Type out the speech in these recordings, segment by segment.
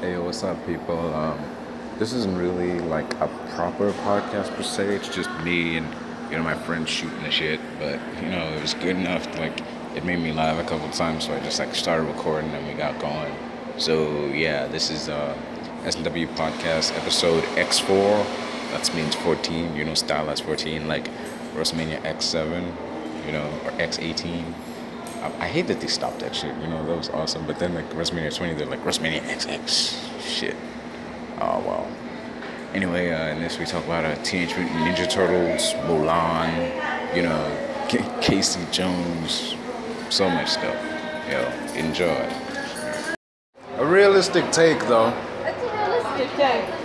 Hey, what's up, people? Um, this isn't really like a proper podcast per se. It's just me and you know my friends shooting the shit. But you know it was good enough. To, like it made me laugh a couple times, so I just like started recording and we got going. So yeah, this is uh, SNW podcast episode X four. That means fourteen. You know, style as fourteen, like WrestleMania X seven. You know, or X eighteen. I, I hate that they stopped that shit. You know, that was awesome. But then like WrestleMania 20, they're like WrestleMania XX. Shit. Oh wow. Anyway, uh, in this we talk about uh, Teenage Mutant Ninja Turtles, Mulan, you know, K- Casey Jones, so much stuff. Yo, enjoy. A realistic take though. That's a realistic thing.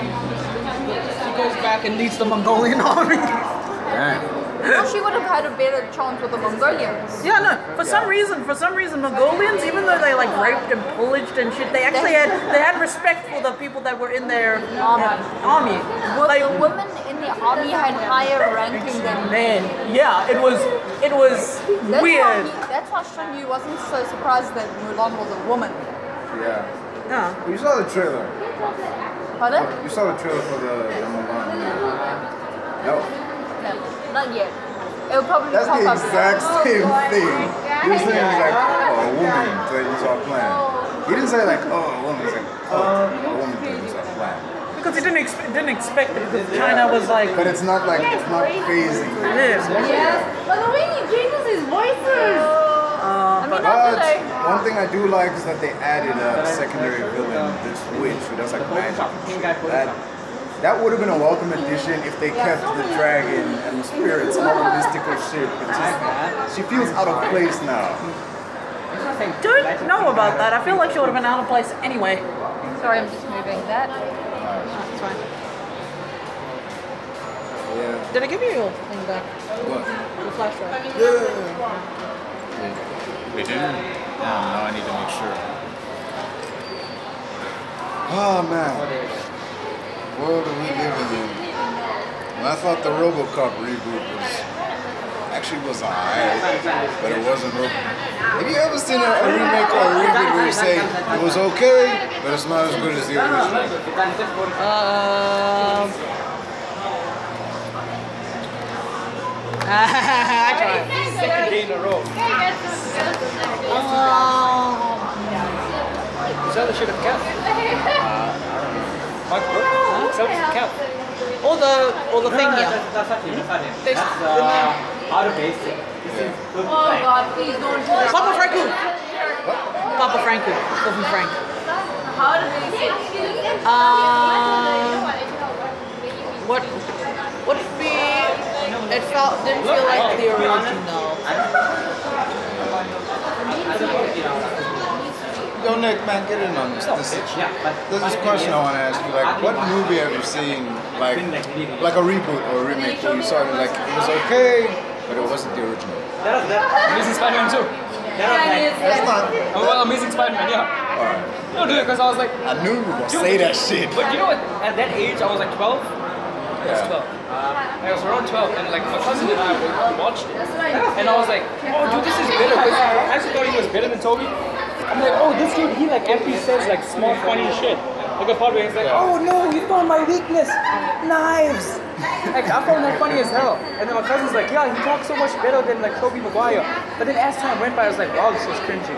She goes back and leads the Mongolian army. Yeah. Well, she would have had a better chance with the Mongolians. yeah, no. For some reason, for some reason, Mongolians, even though they like raped and pillaged and shit, they actually had they had respect for the people that were in their army. Army. Well, Like, the women in the army had higher ranking than men. man, yeah, it was it was That's Why weird. he, that's why Shun Yu wasn't so surprised that Mulan was a woman. Yeah. Yeah. You saw the trailer. Pardon? You saw the trailer for the, the Mulan. movie. No. No, not yet. It'll probably That's pop the up. Oh exact same thing. He was saying like, oh, a woman. So you saw a plan. He didn't say like, oh, a woman. He's like, oh, a woman. So you saw a plan. Because you didn't expe- didn't expect it. Because China was like, But it's not like it's not crazy. yeah. But the way he changes his voices. I Uh, mean, not But today. one thing I do like is that they added a secondary villain, this witch who does like magic. and shit. That, that would have been a welcome addition if they kept the dragon and the spirits and all the mystical shit. But just, she feels out of place now. Don't know about that. I feel like she would have been out of place anyway. Sorry, I'm just moving that. That's fine. Yeah. Did I give you your thing back? What? Your flashlight? Yeah. They didn't? Oh, now I need to make sure. Oh man. World are we living in? And I thought the RoboCop reboot was actually was alright, but it wasn't. Ro- Have you ever seen a, a remake or a reboot where you say it was okay, but it's not as good as the original? Um. I tried. Um, Is that the shit of Cap? Mike Brooks? Is that the Cap? all the all the thing here. That's actually That's uh, There's the name. out of basic. Oh God, please don't do that. Papa Franku. Papa Franku. Papa Frank. How do they Um, what what did we? It felt didn't feel like the original. Yo, Nick, man, get in on this. This is, Yeah, but this is a question I want to ask you. Like, what movie have you seen, like, like a reboot or a remake where you saw it like it was okay, but it wasn't the original? that was that. Amazing Spider-Man 2. That was like, That's not. oh, well, Amazing Spider-Man, yeah. Alright. No, dude, because I was like, I knew you were gonna say that shit. but you know what? At that age, I was like 12. I was 12. I was around 12, and like my cousin and I we watched it, and I was like, oh, dude, this is better. 'cause I actually thought he was better than Toby. I'm like, oh, this dude, he like actually says like small funny shit. Like a part where he's like, oh no, you found my weakness, knives. Like I found that funny as hell. And then my cousin's like, yeah, he talks so much better than like Toby Maguire. But then as time went by, I was like, wow, this is cringy.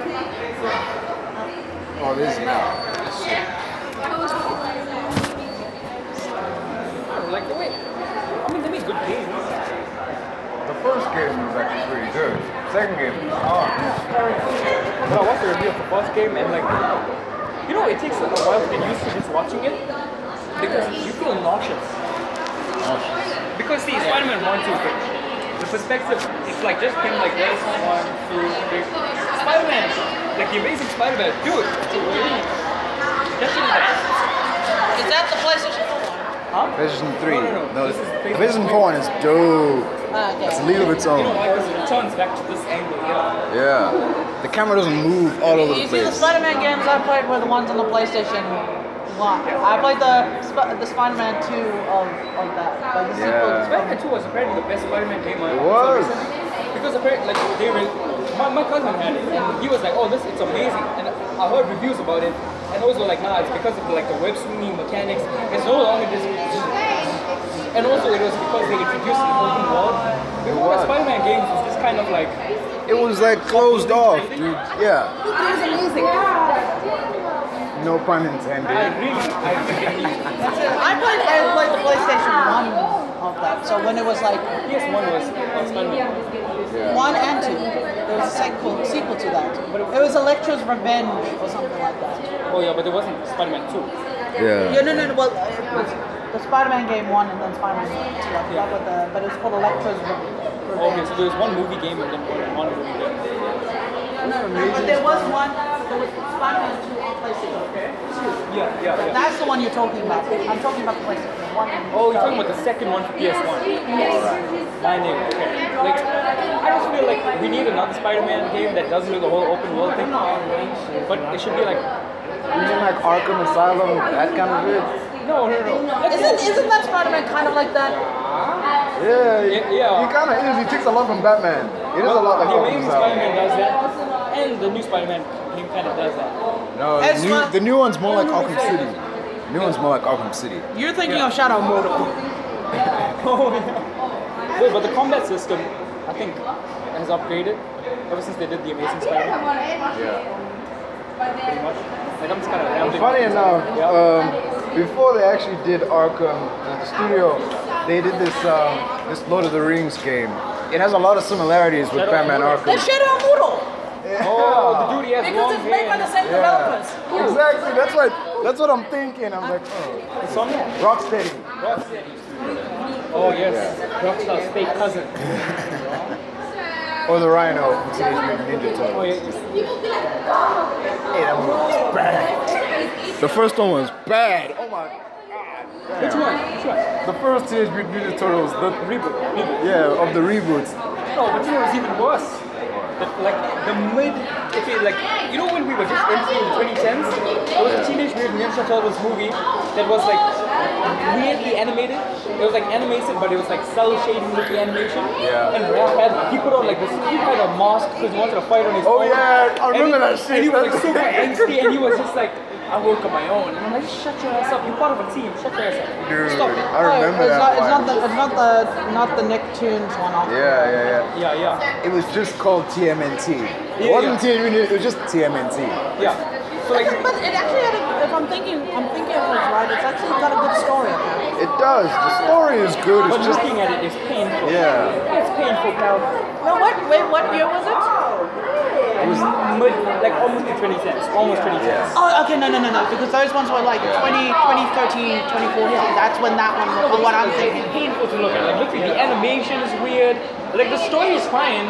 Oh, this now. Like the way, I mean, they make good games. The first game was actually pretty good. Second game was hard. But I watched the review of the first game and like, you know, it takes a while to get used to just watching it because you feel nauseous. Because see, Spider-Man 1, 2, 3, the perspective, it's like just him like this, 1, 2, 3. Spider-Man, like the amazing Spider-Man, dude. That shit is like, Is that the PlayStation? huh? Vision 3. No, no, no. No, This is the Vision Vision 4 is dope. Uh, It's a okay. league of its You know own. why? Because it returns back to this angle here. Yeah. The camera doesn't move all over You the see the place. Spider-Man games I played were the ones on the PlayStation One. I played the Sp- the Spider-Man Two of of that. Like the sequel. Yeah. Spider-Man 2 was apparently the best Spider-Man game I It was. Because apparently, like, they re- my my cousin had it, and he was like, "Oh, this it's amazing." And I heard reviews about it, and those were like, "Nah, it's because of like the web swinging mechanics. It's no longer just." And also, it was because they introduced an open world. Before Spider-Man games was just kind of like It was like closed off, dude. Yeah. It was amazing. No pun intended. I agree. I agree. I played, I played the PlayStation 1 of that, so when it was like PS1 was on Spider-Man. 1 and 2, there was a sequel, sequel to that. It was Electra's Revenge or something like that. Oh yeah, but there wasn't Spider-Man 2. Yeah, Yeah. no, no, no, well, it was the Spider-Man game 1 and then Spider-Man 2, I forgot what the, but it was called Electra's Re- Okay, Revenge. so there was one movie game and then one one movie game. But there was one, there was Spider-Man 2 on PlayStation, Yeah, yeah, yeah. That's the one you're talking about. I'm talking about the PlayStation 1. and Oh, the- you're talking about the second one for PS1. My name, okay. Like, I just feel like we need another Spider-Man game that doesn't do the whole open world thing. But it should be like, You mean like Arkham Asylum, that kind of shit? no, no, no. Let's Isn't, isn't that Spider-Man kind of like that? Yeah. Yeah, yeah. He kind of is. He takes a lot from Batman. It is a Well, lot like the Arkham amazing Asylum. Spider-Man does that, and the new Spider-Man game kind of does that. No, the That's new, what- the new one's more like Arkham City. The new one's more like Arkham City. You're thinking of Shadow Mortal. Wait, but the combat system, I think, has upgraded ever since they did the Amazing Spider-Man. Pretty much. Like I'm just kind of rambling. Funny enough, Yeah. um, before they actually did Arkham, uh, the studio, they did this um, this Lord of the Rings game. It has a lot of similarities with Shadow of Batman the Rings. Arkham. It's Shadow Mortal oh, the dude he has because long it's made by the hair. same Yeah, developers. exactly. That's what that's what I'm thinking. I'm like, oh, Insomniac. Rocksteady. Oh yes, Rockstar's fake cousin. Or the Rhino from Teenage Mutant Ninja Oh Turtles. yeah, yeah. Hey, that movie was bad. The first one was bad. Oh my. which one? Which one? The first Teenage Mutant Ninja Turtles, the Reboot. Reboot. yeah, of the reboots. No, but you know it's even worse. The, like the mid, if you like, you know when we were just entering the 2010s, there was a Teenage Mutant Ninja Turtles movie that was like weirdly animated. It was like animated, but it was like cell shading with the animation. Yeah. And Raph had he put on like this, he had a mask because he wanted to fight on his Oh own. yeah, I And he- remember that shit. And he was like super angsty, and he was just like, I woke on my own. And I'm like, shut your ass up. You're part of a team. Shut your ass up. Dude, Stop it. I remember Oh, it's, not, that it's not one. the it's not the not the Nicktoons one. Off. Yeah, yeah, yeah. Yeah, yeah, It was just called TMNT. It Yeah, wasn't Teenage Mutant, it was just TMNT. yeah. So like. But it actually had a, if I'm thinking I'm thinking of it right, it's actually got a good story. apparently. It does. The story is good. But It's just looking at it is painful. yeah. It's painful now. No, what wait, what year was it? It was mid- like almost the 20 cents. Almost 20 cents. Oh, okay, no, no, no, no, because those ones were like 20, 2013, 2014. That's when that one, was- the one I'm thinking. It's painful to look at. Like literally, the animation is weird. Like the story is fine.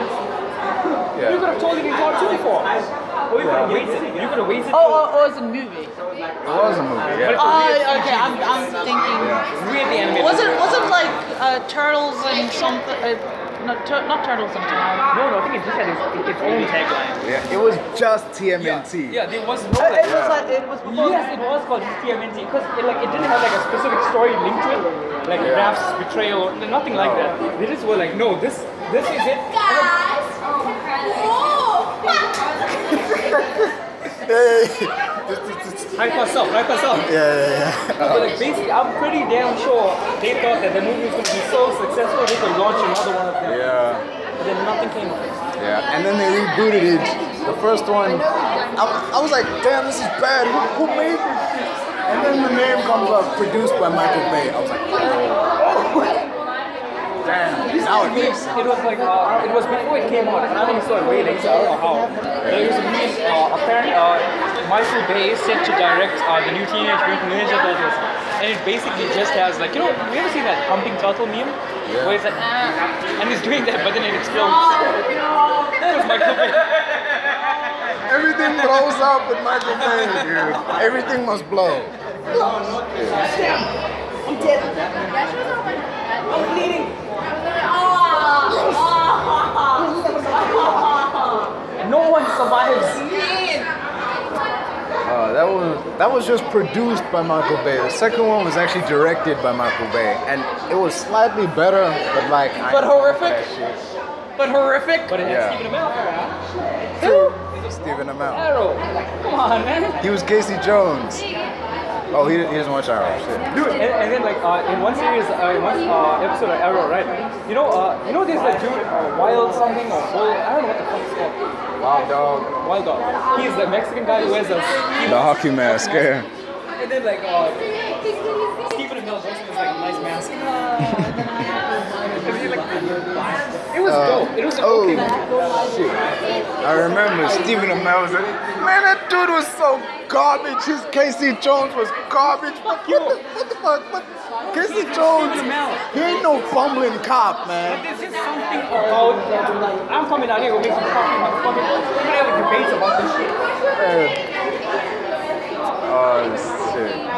You could have told it in cartoon form. Or you could have waited. You could have waited. Oh, or, or it's a movie. It was a movie. Yeah. till- Oh, okay, I'm, I'm thinking. weirdly animated. Was it was it like uh, turtles and something? Uh, not, tur- not turtles and tomorrow. No, no. I think it's just had its, its own tagline. Yeah, It was just TMNT. Yeah, there was no. It, Like, it was like it was before. Yes, it was called just TMNT because it, like it didn't have like a specific story linked to it, like Raph's betrayal, or nothing like that. They just were like, no, this this is it. Oh. Hype us up, hype us up. Yeah, yeah, yeah. But like basically, I'm pretty damn sure they thought that the movie was going to be so successful they could launch another one of them. Yeah. But then nothing came of it. Yeah. And then they rebooted it. The first one, I, I was like, damn, this is bad. Who, who made this shit? And then the name comes up, produced by Michael Bay. I was like, oh. damn. Now it makes It was like uh, it was before it came out, and I only saw it way later. I don't know how. But it was a meme. Uh, apparently, uh, Michael Bay is set to direct uh, the new Teenage Mutant Ninja Turtles, and it basically just has like you know you ever seen that humping turtle meme where it's like "Ah," and he's doing that, but then it explodes. That was Michael Bay. Everything blows up with Michael Bay, dude. Everything must blow. No one survives. Uh, that was that was just produced by Michael Bay. The second one was actually directed by Michael Bay, and it was slightly better, but like. I But don't like horrific? that shit. But horrific. But it had Yeah. Stephen Amell. Stephen Amell. Arrow. Come on, man. He was Casey Jones. Oh, he, he doesn't watch Arrow. Shit. Dude, and, and then like uh, in one series, uh, in one uh, episode of Arrow, right? You know, uh, you know, there's that dude, uh, Wild something or Bull. I don't know what the fuck it's called. Wild dog. Wild Dog. He's the Mexican guy who wears a The hockey mask. Yeah. And then like uh, Stephen Amell Jackson is like a nice mask. And he, like, it was dope. It was an Oh okay. shit! I remember Stephen Amell was like, man, that dude was so garbage. His Casey Jones was garbage. Fuck you. What the, what the fuck? What? Casey Jones, he ain't no bumbling cop, man. There's just something about I'm coming down here. We're making fucking fucking. We're gonna have a debate about this shit. Yeah. Oh shit!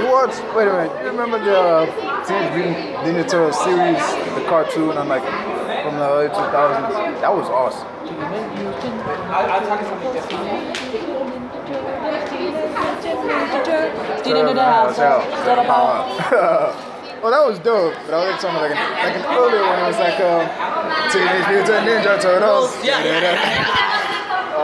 You watch? Wait a minute. You remember the uh, Teenage Mutant Ninja Turtles series, the cartoon, and like from the early 2000s? That was awesome. I, I'm talking something different. well, that was dope, but I was talking about like an, like an earlier one. It was like um, Teenage Mutant Ninja Turtles. Oh, Yeah, Oh,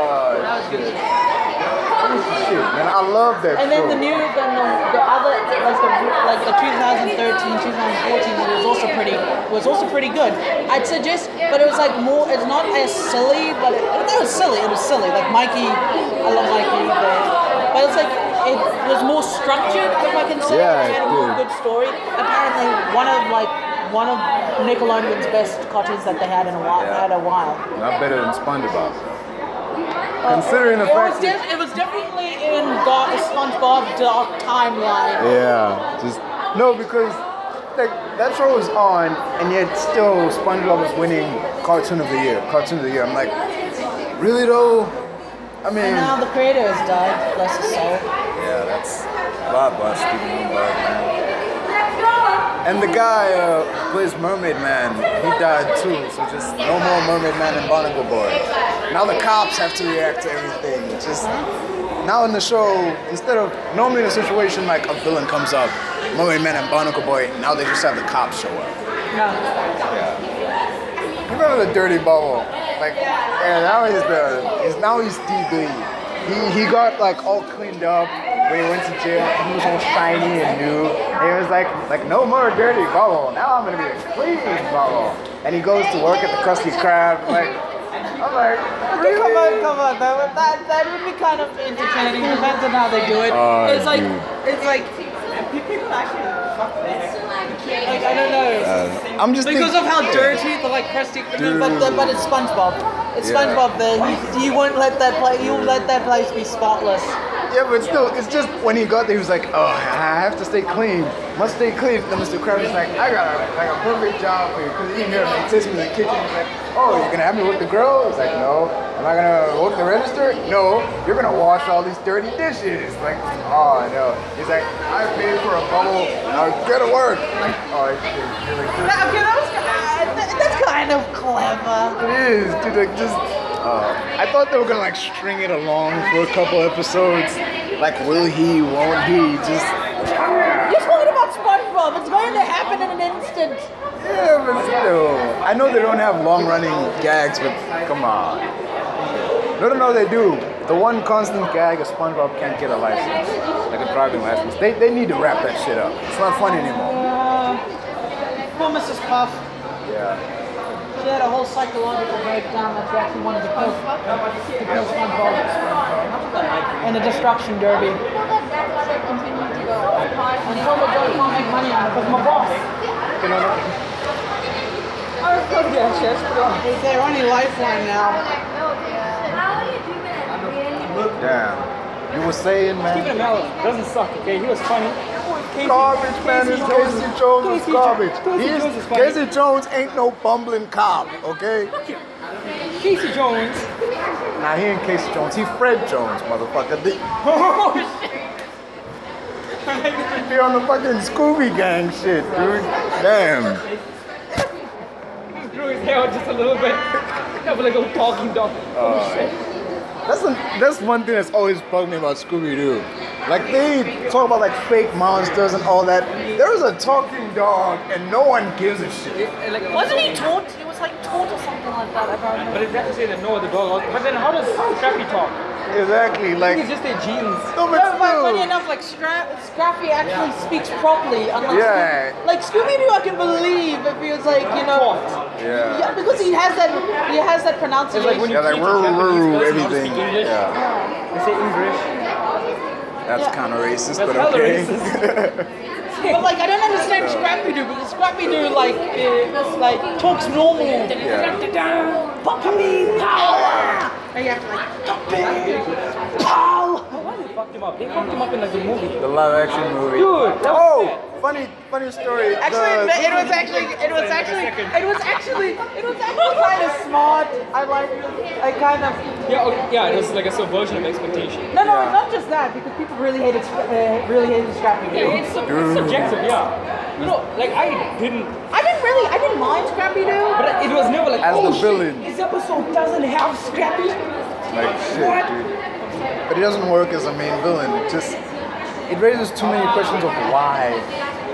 shit, man, I love that. And then the show. new, then the, the other, like the like the 2013, 2014 was also pretty was also pretty good. I'd suggest, but it was like more. It's not as silly, but it, it was silly. It was silly. Like Mikey, I love Mikey, but, but it's like it was more structured, if I can say. Yeah, it had a more dude. good story. Apparently, one of like one of Nickelodeon's best cartoons that they had in a while. Yeah. Had a while. Not better than SpongeBob. Considering the It was, fact that def- it was definitely in Gar- SpongeBob Dark timeline. yeah, just no because like that show was on, and yet still SpongeBob was winning Cartoon of the Year. Cartoon of the Year. I'm like, really though? I mean. And now the creator has died, bless his soul. Yeah, that's Bob by Stephen Lundberg, man. And the guy uh, who plays Mermaid Man, he died too, so just no more Mermaid Man and Barnacle Boy. Now the cops have to react to everything. It's just now in the show, instead of normally in a situation like a villain comes up, Mermaid Man and Barnacle Boy, now they just have the cops show up. Remember the Dirty Bubble? Like, yeah, now he's the, he's, now he's DB. He, he got like all cleaned up when he went to jail. He was all shiny and new. And he was like, like no more dirty bubble. Now I'm gonna be a clean bubble. And he goes to work at the Krusty Krab. Like, I'm like, really? Come on, come on, that would, that, that would be kind of entertaining. Depends on how they do it. Oh, it's like, dude. it's like, people actually fuck that. Like, I don't know. Uh, I'm just because of thinking- how dirty the like crusty, but, but, but it's SpongeBob. It's Yeah. SpongeBob. There, he, he won't let that place. He'll let that place be spotless. Yeah, but still, it's just when he got there, he was like, oh, I have to stay clean. Must stay clean. Then Mr. Krabs is like, I got a, like a perfect job for you. Because he here, he takes me to the kitchen. He's like, oh, you're going to have me work the grill? He's like, no. Am I going to work the register? No. You're going to wash all these dirty dishes. Like, oh, no. He's like, I paid for a bubble. Now get to work. Like, oh, shit. You're like, That- okay, that was, uh, that- that's kind of clever. it is, dude. Like just, uh, I thought they were gonna like string it along for a couple episodes. Like, will he? Won't he? Just. You're talking about SpongeBob. It's going to happen in an instant. Yeah, but still. I know they don't have long-running gags, but come on. No, no, no, they do. The one constant gag is SpongeBob can't get a license, like a driving license. They, they need to wrap that shit up. It's not funny anymore. Poor Mrs. Uh, Puff. Yeah. She had a whole psychological breakdown that she actually wanted to kill to kill SpongeBob. And a destruction derby. And told her don't can't make money out of it, my boss. It's their only lifeline now. Damn. You were saying, man. Stephen Amell doesn't suck. Okay, he was funny. Casey- Garbage, man. This Casey Jones is Casey Jo- garbage. Casey He's, Jones is funny. Casey Jones ain't no bumbling cop, okay? Casey Jones. Now he ain't Casey Jones. He Fred Jones, motherfucker. The, Oh shit. They on the fucking Scooby Gang shit, dude. Damn. He drew his hair out just a little bit. Have a little talking dog. Oh, shit. That's a, that's one thing that's always bugged me about Scooby Doo. Like they talk about like fake monsters and all that. There is a talking dog and no one gives a shit. Like, Wasn't he taught? He was it's like taught or something like that. I can't remember. But it's actually that no other dog. But then how does Scrappy talk? Exactly. I think Like, it's just their genes. no, No, but funny but enough, like Scra- Scrappy actually speaks properly. Unlike Yeah. Scooby- like Scooby Doo, I can believe if he was like, you know, Talked. Yeah. yeah, because he has that, he has It's that pronunciation. like when you Yeah, like teach a roo, Japanese roo, person how to everything. speak English, Yeah, they say English. That's Yeah. kind of racist, That's but hella okay. racist. But like I don't understand Scrappy Doo because Scrappy Doo like uh, like talks normal. Puppy power. And you have to like puppy power. Why they fucked him up? They fucked him up in like a movie. The live action movie. Dude, that was Oh, funny, funny story. Actually, The- it was actually, it was actually, it was actually, it was actually kind of smart. I like, I kind of. sad. Yeah, okay, yeah, it was like a subversion of expectation. No, no, not just that because people really hated, Scra- uh, really hated Scrappy Doo. It's, sub- it's subjective, yeah. You know, like I didn't, I didn't really, I didn't mind Scrappy Doo. but it was never like As oh, the shit, villain. This episode doesn't have Scrappy. Like shit, dude. But it doesn't work as a main villain. It just it raises too many questions of why,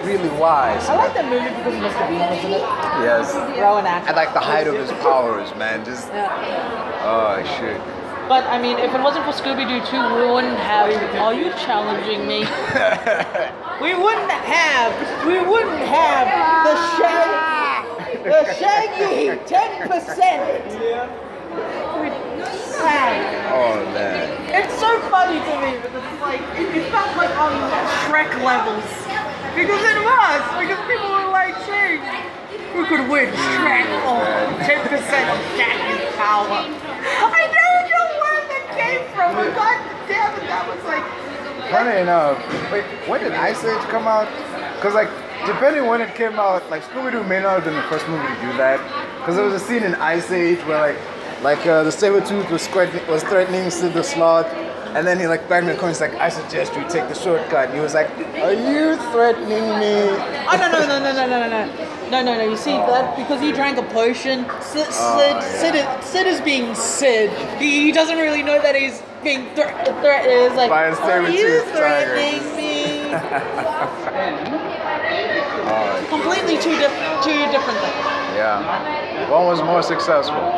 really why. I like that movie because Mr. Bean was in it. Yes. Rowan actor. At like the height of his powers, man. Just oh shit. But I mean, if it wasn't for Scooby Doo 2, we wouldn't have. Are you challenging me? we wouldn't have. We wouldn't have the shaggy. The shaggy 10%. Yeah. Oh man. It's so funny to me because it's like it, it felt like on Shrek levels. Because it was, because people were like saying we could win Shrek or ten percent of Jackie's power. I don't know where that came from, but god damn it, that was like Funny enough, uh, wait, when did Ice Age come out? Cause like depending when it came out, like Scooby Doo may not have been the first movie to do that. Cause there was a scene in Ice Age where like like uh, the Sabretooth was threatening, was threatening Sid the Sloth, and then he like banged the corner. He's like, I suggest you take the shortcut. And he was like, Are you threatening me? Oh, no, no, no, no, no, no, no, no. No, no, no. You see, that because he drank a potion, Sid, Sid, Sid, is, Sid is being Sid. He, he doesn't really know that he's being threatened. Threat, it's like, By his are you saber-toothed tiger." threatening me? Completely two, diff- two different things. Yeah. One was more successful.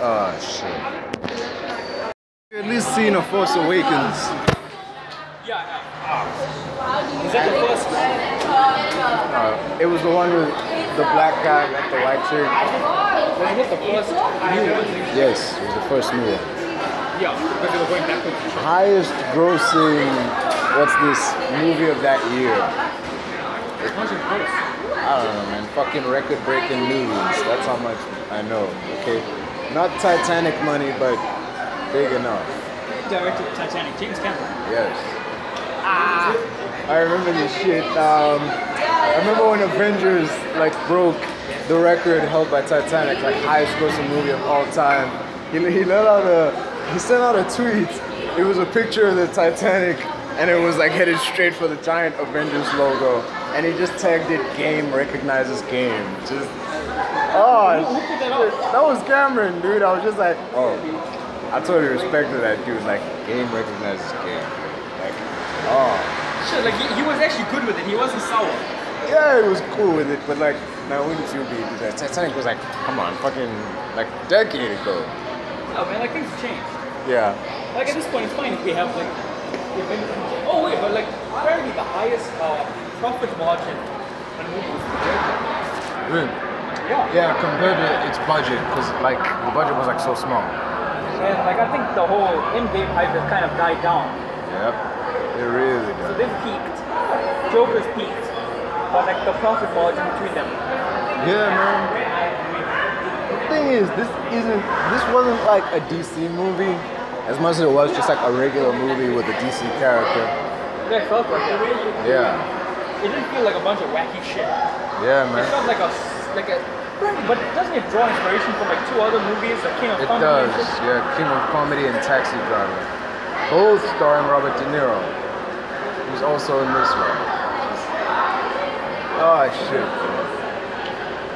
Oh shit. At least seen a Force Awakens. Yeah. yeah. Is that the first? It was the one with the black guy with the white shirt. Was that the first? new one? Yes, it was the first movie. Yeah, because they were going backwards. Highest grossing, what's this movie of that year? What's your first? I don't know, man. Fucking record breaking news. That's how much I know, okay? Not Titanic money, but big enough. Directed Titanic, James Cameron. Yes. Ah. I remember this shit. Um, I remember when Avengers like broke the record held by Titanic, like highest grossing movie of all time. He, he let out a he sent out a tweet. It was a picture of the Titanic, and it was like headed straight for the giant Avengers logo, and he just tagged it "Game recognizes game." Just oh, shit. that was Cameron, dude. I was just like, oh, I totally respected that dude. Like, game recognizes game. Like, oh. Shit, like he, he was actually good with it. He wasn't sour. Yeah, it was cool with it, but like, now wouldn't you be? Because Titanic was like, come on, fucking, like, decade ago. Oh man, like things changed. Yeah. Like at this point, it's fine if we have like. the event- Oh wait, but like apparently the highest uh, profit margin on movies. Yeah. Yeah, compared to its budget, because like the budget was like so small. And like I think the whole in-game hype has kind of died down. Yep. It really So does. they've peaked. Joker's peaked. But like the profit margin between them. Yeah, man. The thing is, this isn't, this wasn't like a DC movie, as much as it was just like a regular movie with a DC character. Yeah, it felt like it. Yeah. It didn't feel like a bunch of wacky shit. Yeah, It man. felt like a s- like a. But doesn't it draw inspiration from like two other movies, like King of It Kong? does. Yeah, King of Comedy and Taxi Driver. Both starring Robert De Niro, who's also in this one. Oh shit.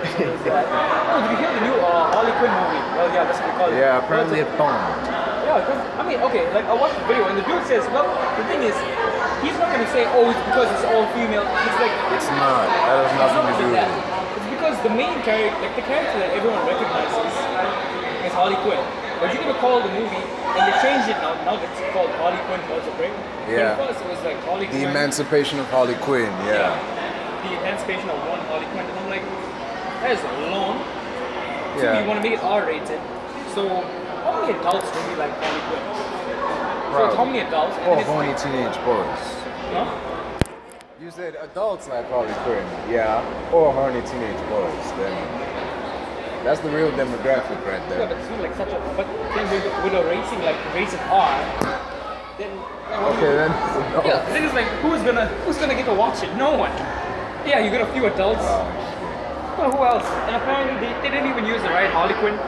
Oh, did you hear the new uh, Harley Quinn movie? Well, yeah, that's what we call it. Yeah, apparently it bombed. Yeah, because, I mean, okay, like, I watched the video, and the dude says, well, the thing is, he's not gonna say, oh, it's because it's all female. He's like, It's not. That has nothing to do with that. it. It's because the main character, like the character that everyone recognizes, is Harley Quinn. But you're gonna call the movie, and you change it now. Now it's called Harley Quinn Birds of Prey. Yeah. But at first it was like Harley The Quinn. Emancipation of Harley Quinn. Yeah. yeah. The emancipation of one Harley Quinn, and I'm like, that is long. So Yeah. You want to make it R-rated. So how many adults do we like Harley Quinn? So it's how many adults? And then Oh, it's, horny teenage boys. huh? You said adults like Harley Quinn, yeah, or horny teenage boys. Then that's the real demographic right Yeah, but there. it's not like such a. But then with, with a racing like race of R, then. Okay, then. No. Yeah, the thing is like, who's gonna who's gonna get to watch it? No one. Yeah, you got a few adults, Oh, but who else? And apparently they, they didn't even use the right Harley Quinn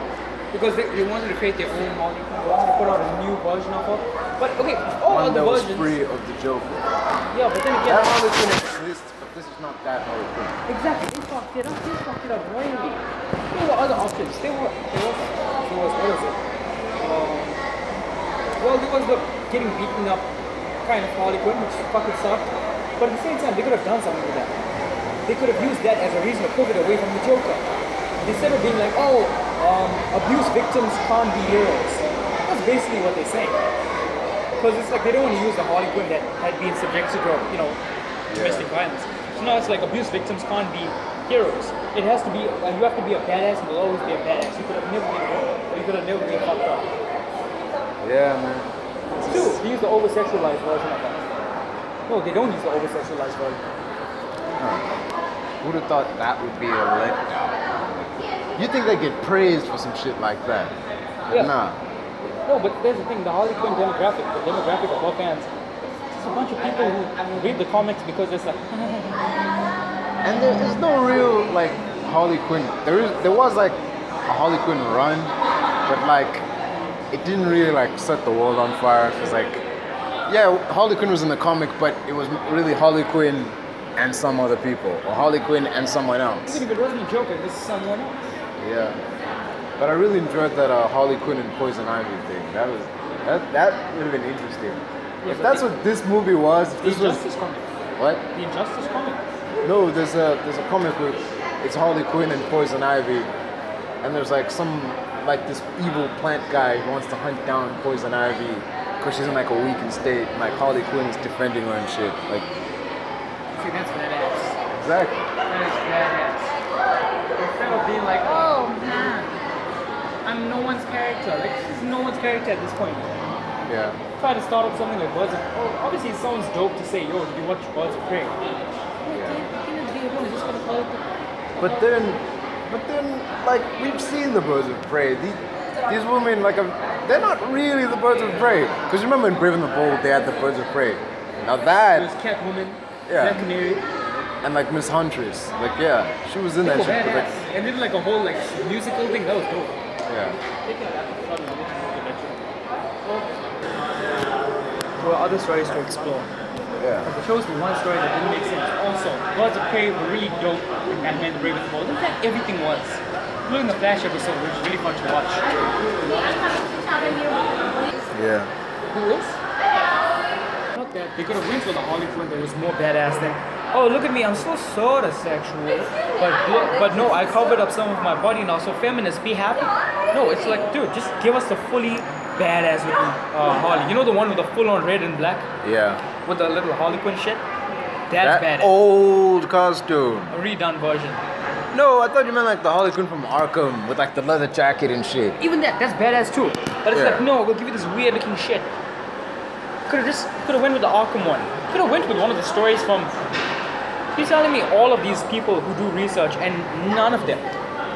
because they, they wanted to create their own Harley Quinn. They wanted to put out a new version of her. But okay, all shit. One other that was versions. free of the Joker. Yeah, but then again, That Harley Quinn exists, but this is not that Harley Quinn. Exactly. They fucked it up. They fucked it up royally. There were other options. There were. There was. There was. What was it? Um, well, there was the getting beaten up kind of Harley Quinn, which fucking sucked. But at the same time, they could have done something with that. They could have used that as a reason to pivot away from the Joker. Instead of being like, oh, um, abuse victims can't be heroes. That's basically what they're saying. Because it's like they don't want to use the Harley Quinn that had been subjected to, you know, domestic violence. So now it's like abuse victims can't be heroes. It has to be, like, you have to be a badass and will always be a badass. You could have never been a hero, or you could have never been fucked up. Yeah, man. Two, they use the over sexualized version of that. No, they don't use the over sexualized version. Who'd have thought that would be a letdown? You think they get praised for some shit like that? But Yeah. Nah. No, but there's the thing, the Harley Quinn demographic, the demographic of her fans, it's just a bunch of people who read the comics because it's like, And there is no real like Harley Quinn. There is. There was like a Harley Quinn run, but like it didn't really like set the world on fire. It was like, yeah, Harley Quinn was in the comic, but it was really Harley Quinn and some other people, or Harley Quinn and someone else. even if it wasn't a Joker, this is someone else. Yeah. But I really enjoyed that uh, Harley Quinn and Poison Ivy thing. That was that that would have been interesting. if but that's they- what this movie was, if The this was Injustice comic. what? The Injustice comic. No, there's a there's a comic book. It's Harley Quinn and Poison Ivy, and there's like some like this evil plant guy who wants to hunt down Poison Ivy because she's in like a weakened state. And, like Harley Quinn is defending her and shit. Like See, that's badass. exactly. That is badass. Instead of being like, oh man, I'm no one's character. Like, she's no one's character at this point. Yeah. Try to start up something like Birds of oh, Obviously, it sounds dope to say, yo, did you watch Birds of Prey? But then, but then like we've seen the Birds of Prey. These, these women like are, they're not really the Birds of Prey because remember in Brave and the Bold they had the Birds of Prey. Now There's that Catwoman, Yeah. Black Canary, and like Miss Huntress, like yeah, she was in that oh, shit. but, badass. like, And then like a whole like musical thing, that was dope. yeah. There were other stories to explore. Yeah. It shows me one story that didn't make sense. Also, Birds of Prey were really dope in Batman the Brave and the Bold. In fact, everything was. Including the Flash episode, which is really fun to watch. Yeah. Who else? Not that. They could have went with a Harley Quinn that was more badass than, oh, look at me, I'm so sort of sexual. But, look- but no, I covered up some of my body now, so feminists, be happy. No, it's like, dude, just give us the fully badass looking uh, Harley. You know the one with the full on red and black? Yeah. With the little Harley Quinn shit? That That's bad. old costume. A redone version. No, I thought you meant like the Harley Quinn from Arkham with like the leather jacket and shit. Even that, that's badass too. But it's Yeah. like, no, we'll give you this weird looking shit. Could have just could have went with the Arkham one. Could have went with one of the stories from. You're telling me all of these people who do research and none of them,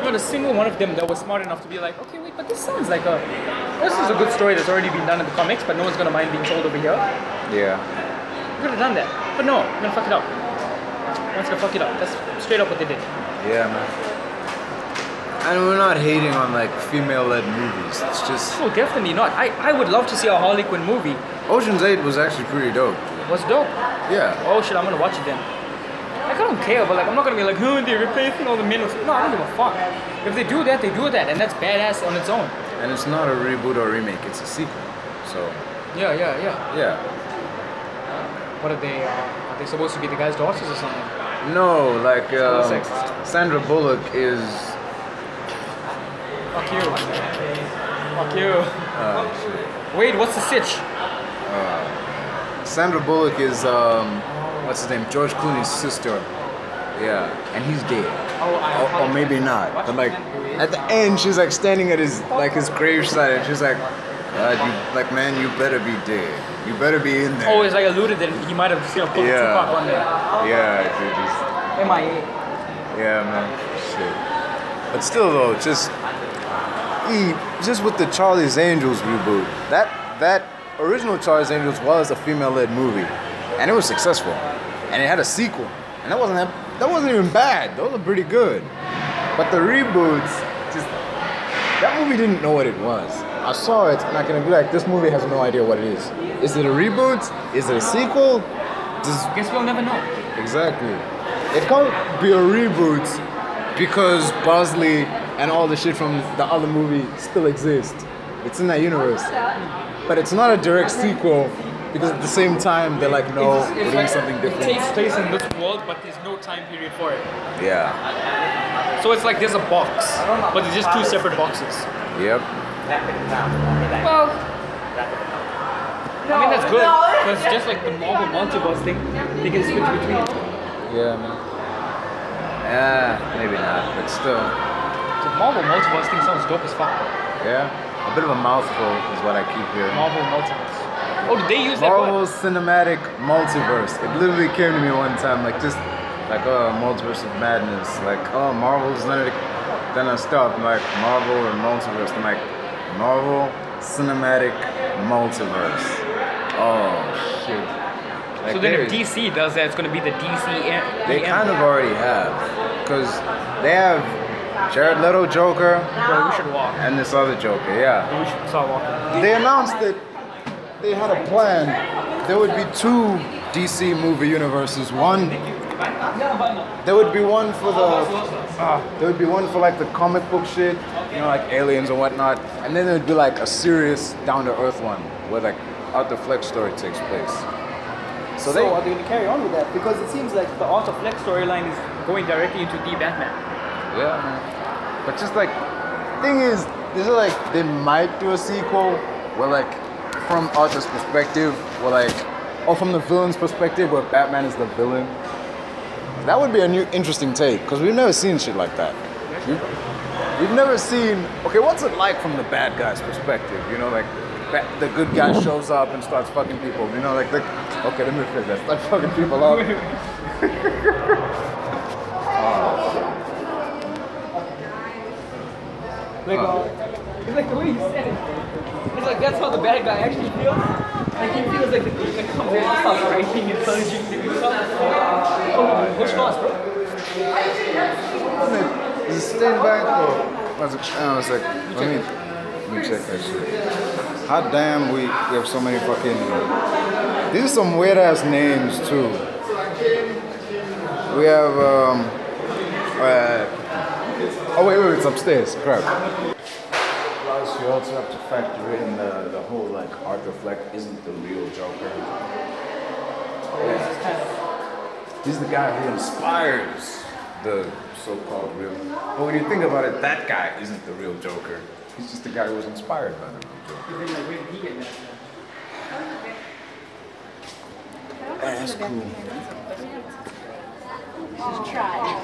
not a single one of them that was smart enough to be like, okay, wait, but this sounds like a, this is a good story that's already been done in the comics, but no one's gonna mind being told over here. Yeah. Could have done that, but no, I'm gonna fuck it up. I'm just gonna fuck it up. That's straight up what they did. Yeah, man. And we're not hating on like female-led movies. It's just Oh, definitely not. I, I would love to see a Harley Quinn movie. Ocean's Eight was actually pretty dope. Was dope. Yeah. oh shit, I'm gonna watch it then. Like, I don't care, but like, I'm not gonna be like, huh, they're replacing all the men. with-" No, I don't give a fuck. If they do that, they do that, and that's badass on its own. And it's not a reboot or remake. It's a sequel. So Yeah, yeah, yeah. yeah. What are they? Uh, are they supposed to be the guy's daughters or something? No, like Someone um, sexist. Sandra Bullock is Fuck you. Fuck you. uh, Wait, what's the sitch? Sandra Bullock is um, what's his name? George Clooney's sister. Yeah, and he's dead, Oh, I. or, or maybe not. But like at the end, she's like standing at his like his graveside, and she's like, God, you, like man, you better be dead. You better be in there. Oh, it's like alluded that he might have just, you know, put Yeah. Tupac on there. yeah, dude, just- MIA. Yeah, man. Shit. But still, though, just e just with the Charlie's Angels reboot, that that original Charlie's Angels was a female-led movie, and it was successful, and it had a sequel, and that wasn't that, that wasn't even bad. Those were pretty good. But the reboots, just that movie didn't know what it was. I saw it, and I can be like, this movie has no idea what it is. Is it a reboot? Is it a sequel? Does Guess we'll never know. Exactly. It can't be a reboot because Bosley and all the shit from the other movie still exist. It's in that universe. But it's not a direct sequel because at the same time they're like, no, It's- it's we're doing like- something It different. takes place in this world, but there's no time period for it. Yeah. So it's like there's a box, but it's just two separate boxes. Yep. Well, I mean that's good No. because just like the Marvel multiverse thing, they can switch between. Yeah, man. Yeah, maybe not, but still. The Marvel multiverse thing sounds dope as fuck. Yeah. A bit of a mouthful is what I keep hearing. Marvel multiverse. Oh, did they use that word? Marvel Cinematic Multiverse. It literally came to me one time, like just like oh, Multiverse of Madness. Like oh, Marvel's none of the. Then I stopped. I'm like Marvel or Multiverse. I'm like Marvel Cinematic Multiverse. Oh shoot. Like, So then there if is- DC does that, it's gonna be the DC. they kind of already have, because they have Jared Leto Joker Bro, we should walk. and this other Joker. Yeah. We should start walking. They announced that they had a plan. There would be two DC movie universes. One, there would be one for the, ah, there would be one for like the comic book shit, you know, like aliens and whatnot. And then there would be like a serious, down to earth one where like Arthur Fleck story takes place. So, they, are they gonna carry on with that? Because it seems like the Art of Flex storyline is going directly into the Batman. yeah, man. But just like, thing is, this is like they might do a sequel where like from Arthur's perspective, where like, or from the villain's perspective, where Batman is the villain. That would be a new interesting take because we've never seen shit like that. We've never seen. Okay, what's it like from the bad guy's perspective? You know, like ba- the good guy shows up and starts fucking people. You know, like the okay, let me fix that. Start fucking people up. Like, it's like the way he said it. It's like that's how the bad guy actually feels. Like he feels like the good guy comes in and starts writing and punching people. Oh, push fast, bro. Is it staying back or? I was like, I was like let me, let me check that shit. Hot damn, we, we have so many fucking. These are some weird ass names too. We have um. Uh, oh wait, wait, it's upstairs. Crap. Plus, you also have to factor in the, the whole like Arthur Fleck isn't the real Joker. He's the guy who inspires the so-called real. But when you think about it, that guy isn't the real Joker. He's just the guy who was inspired by the real Joker. just try.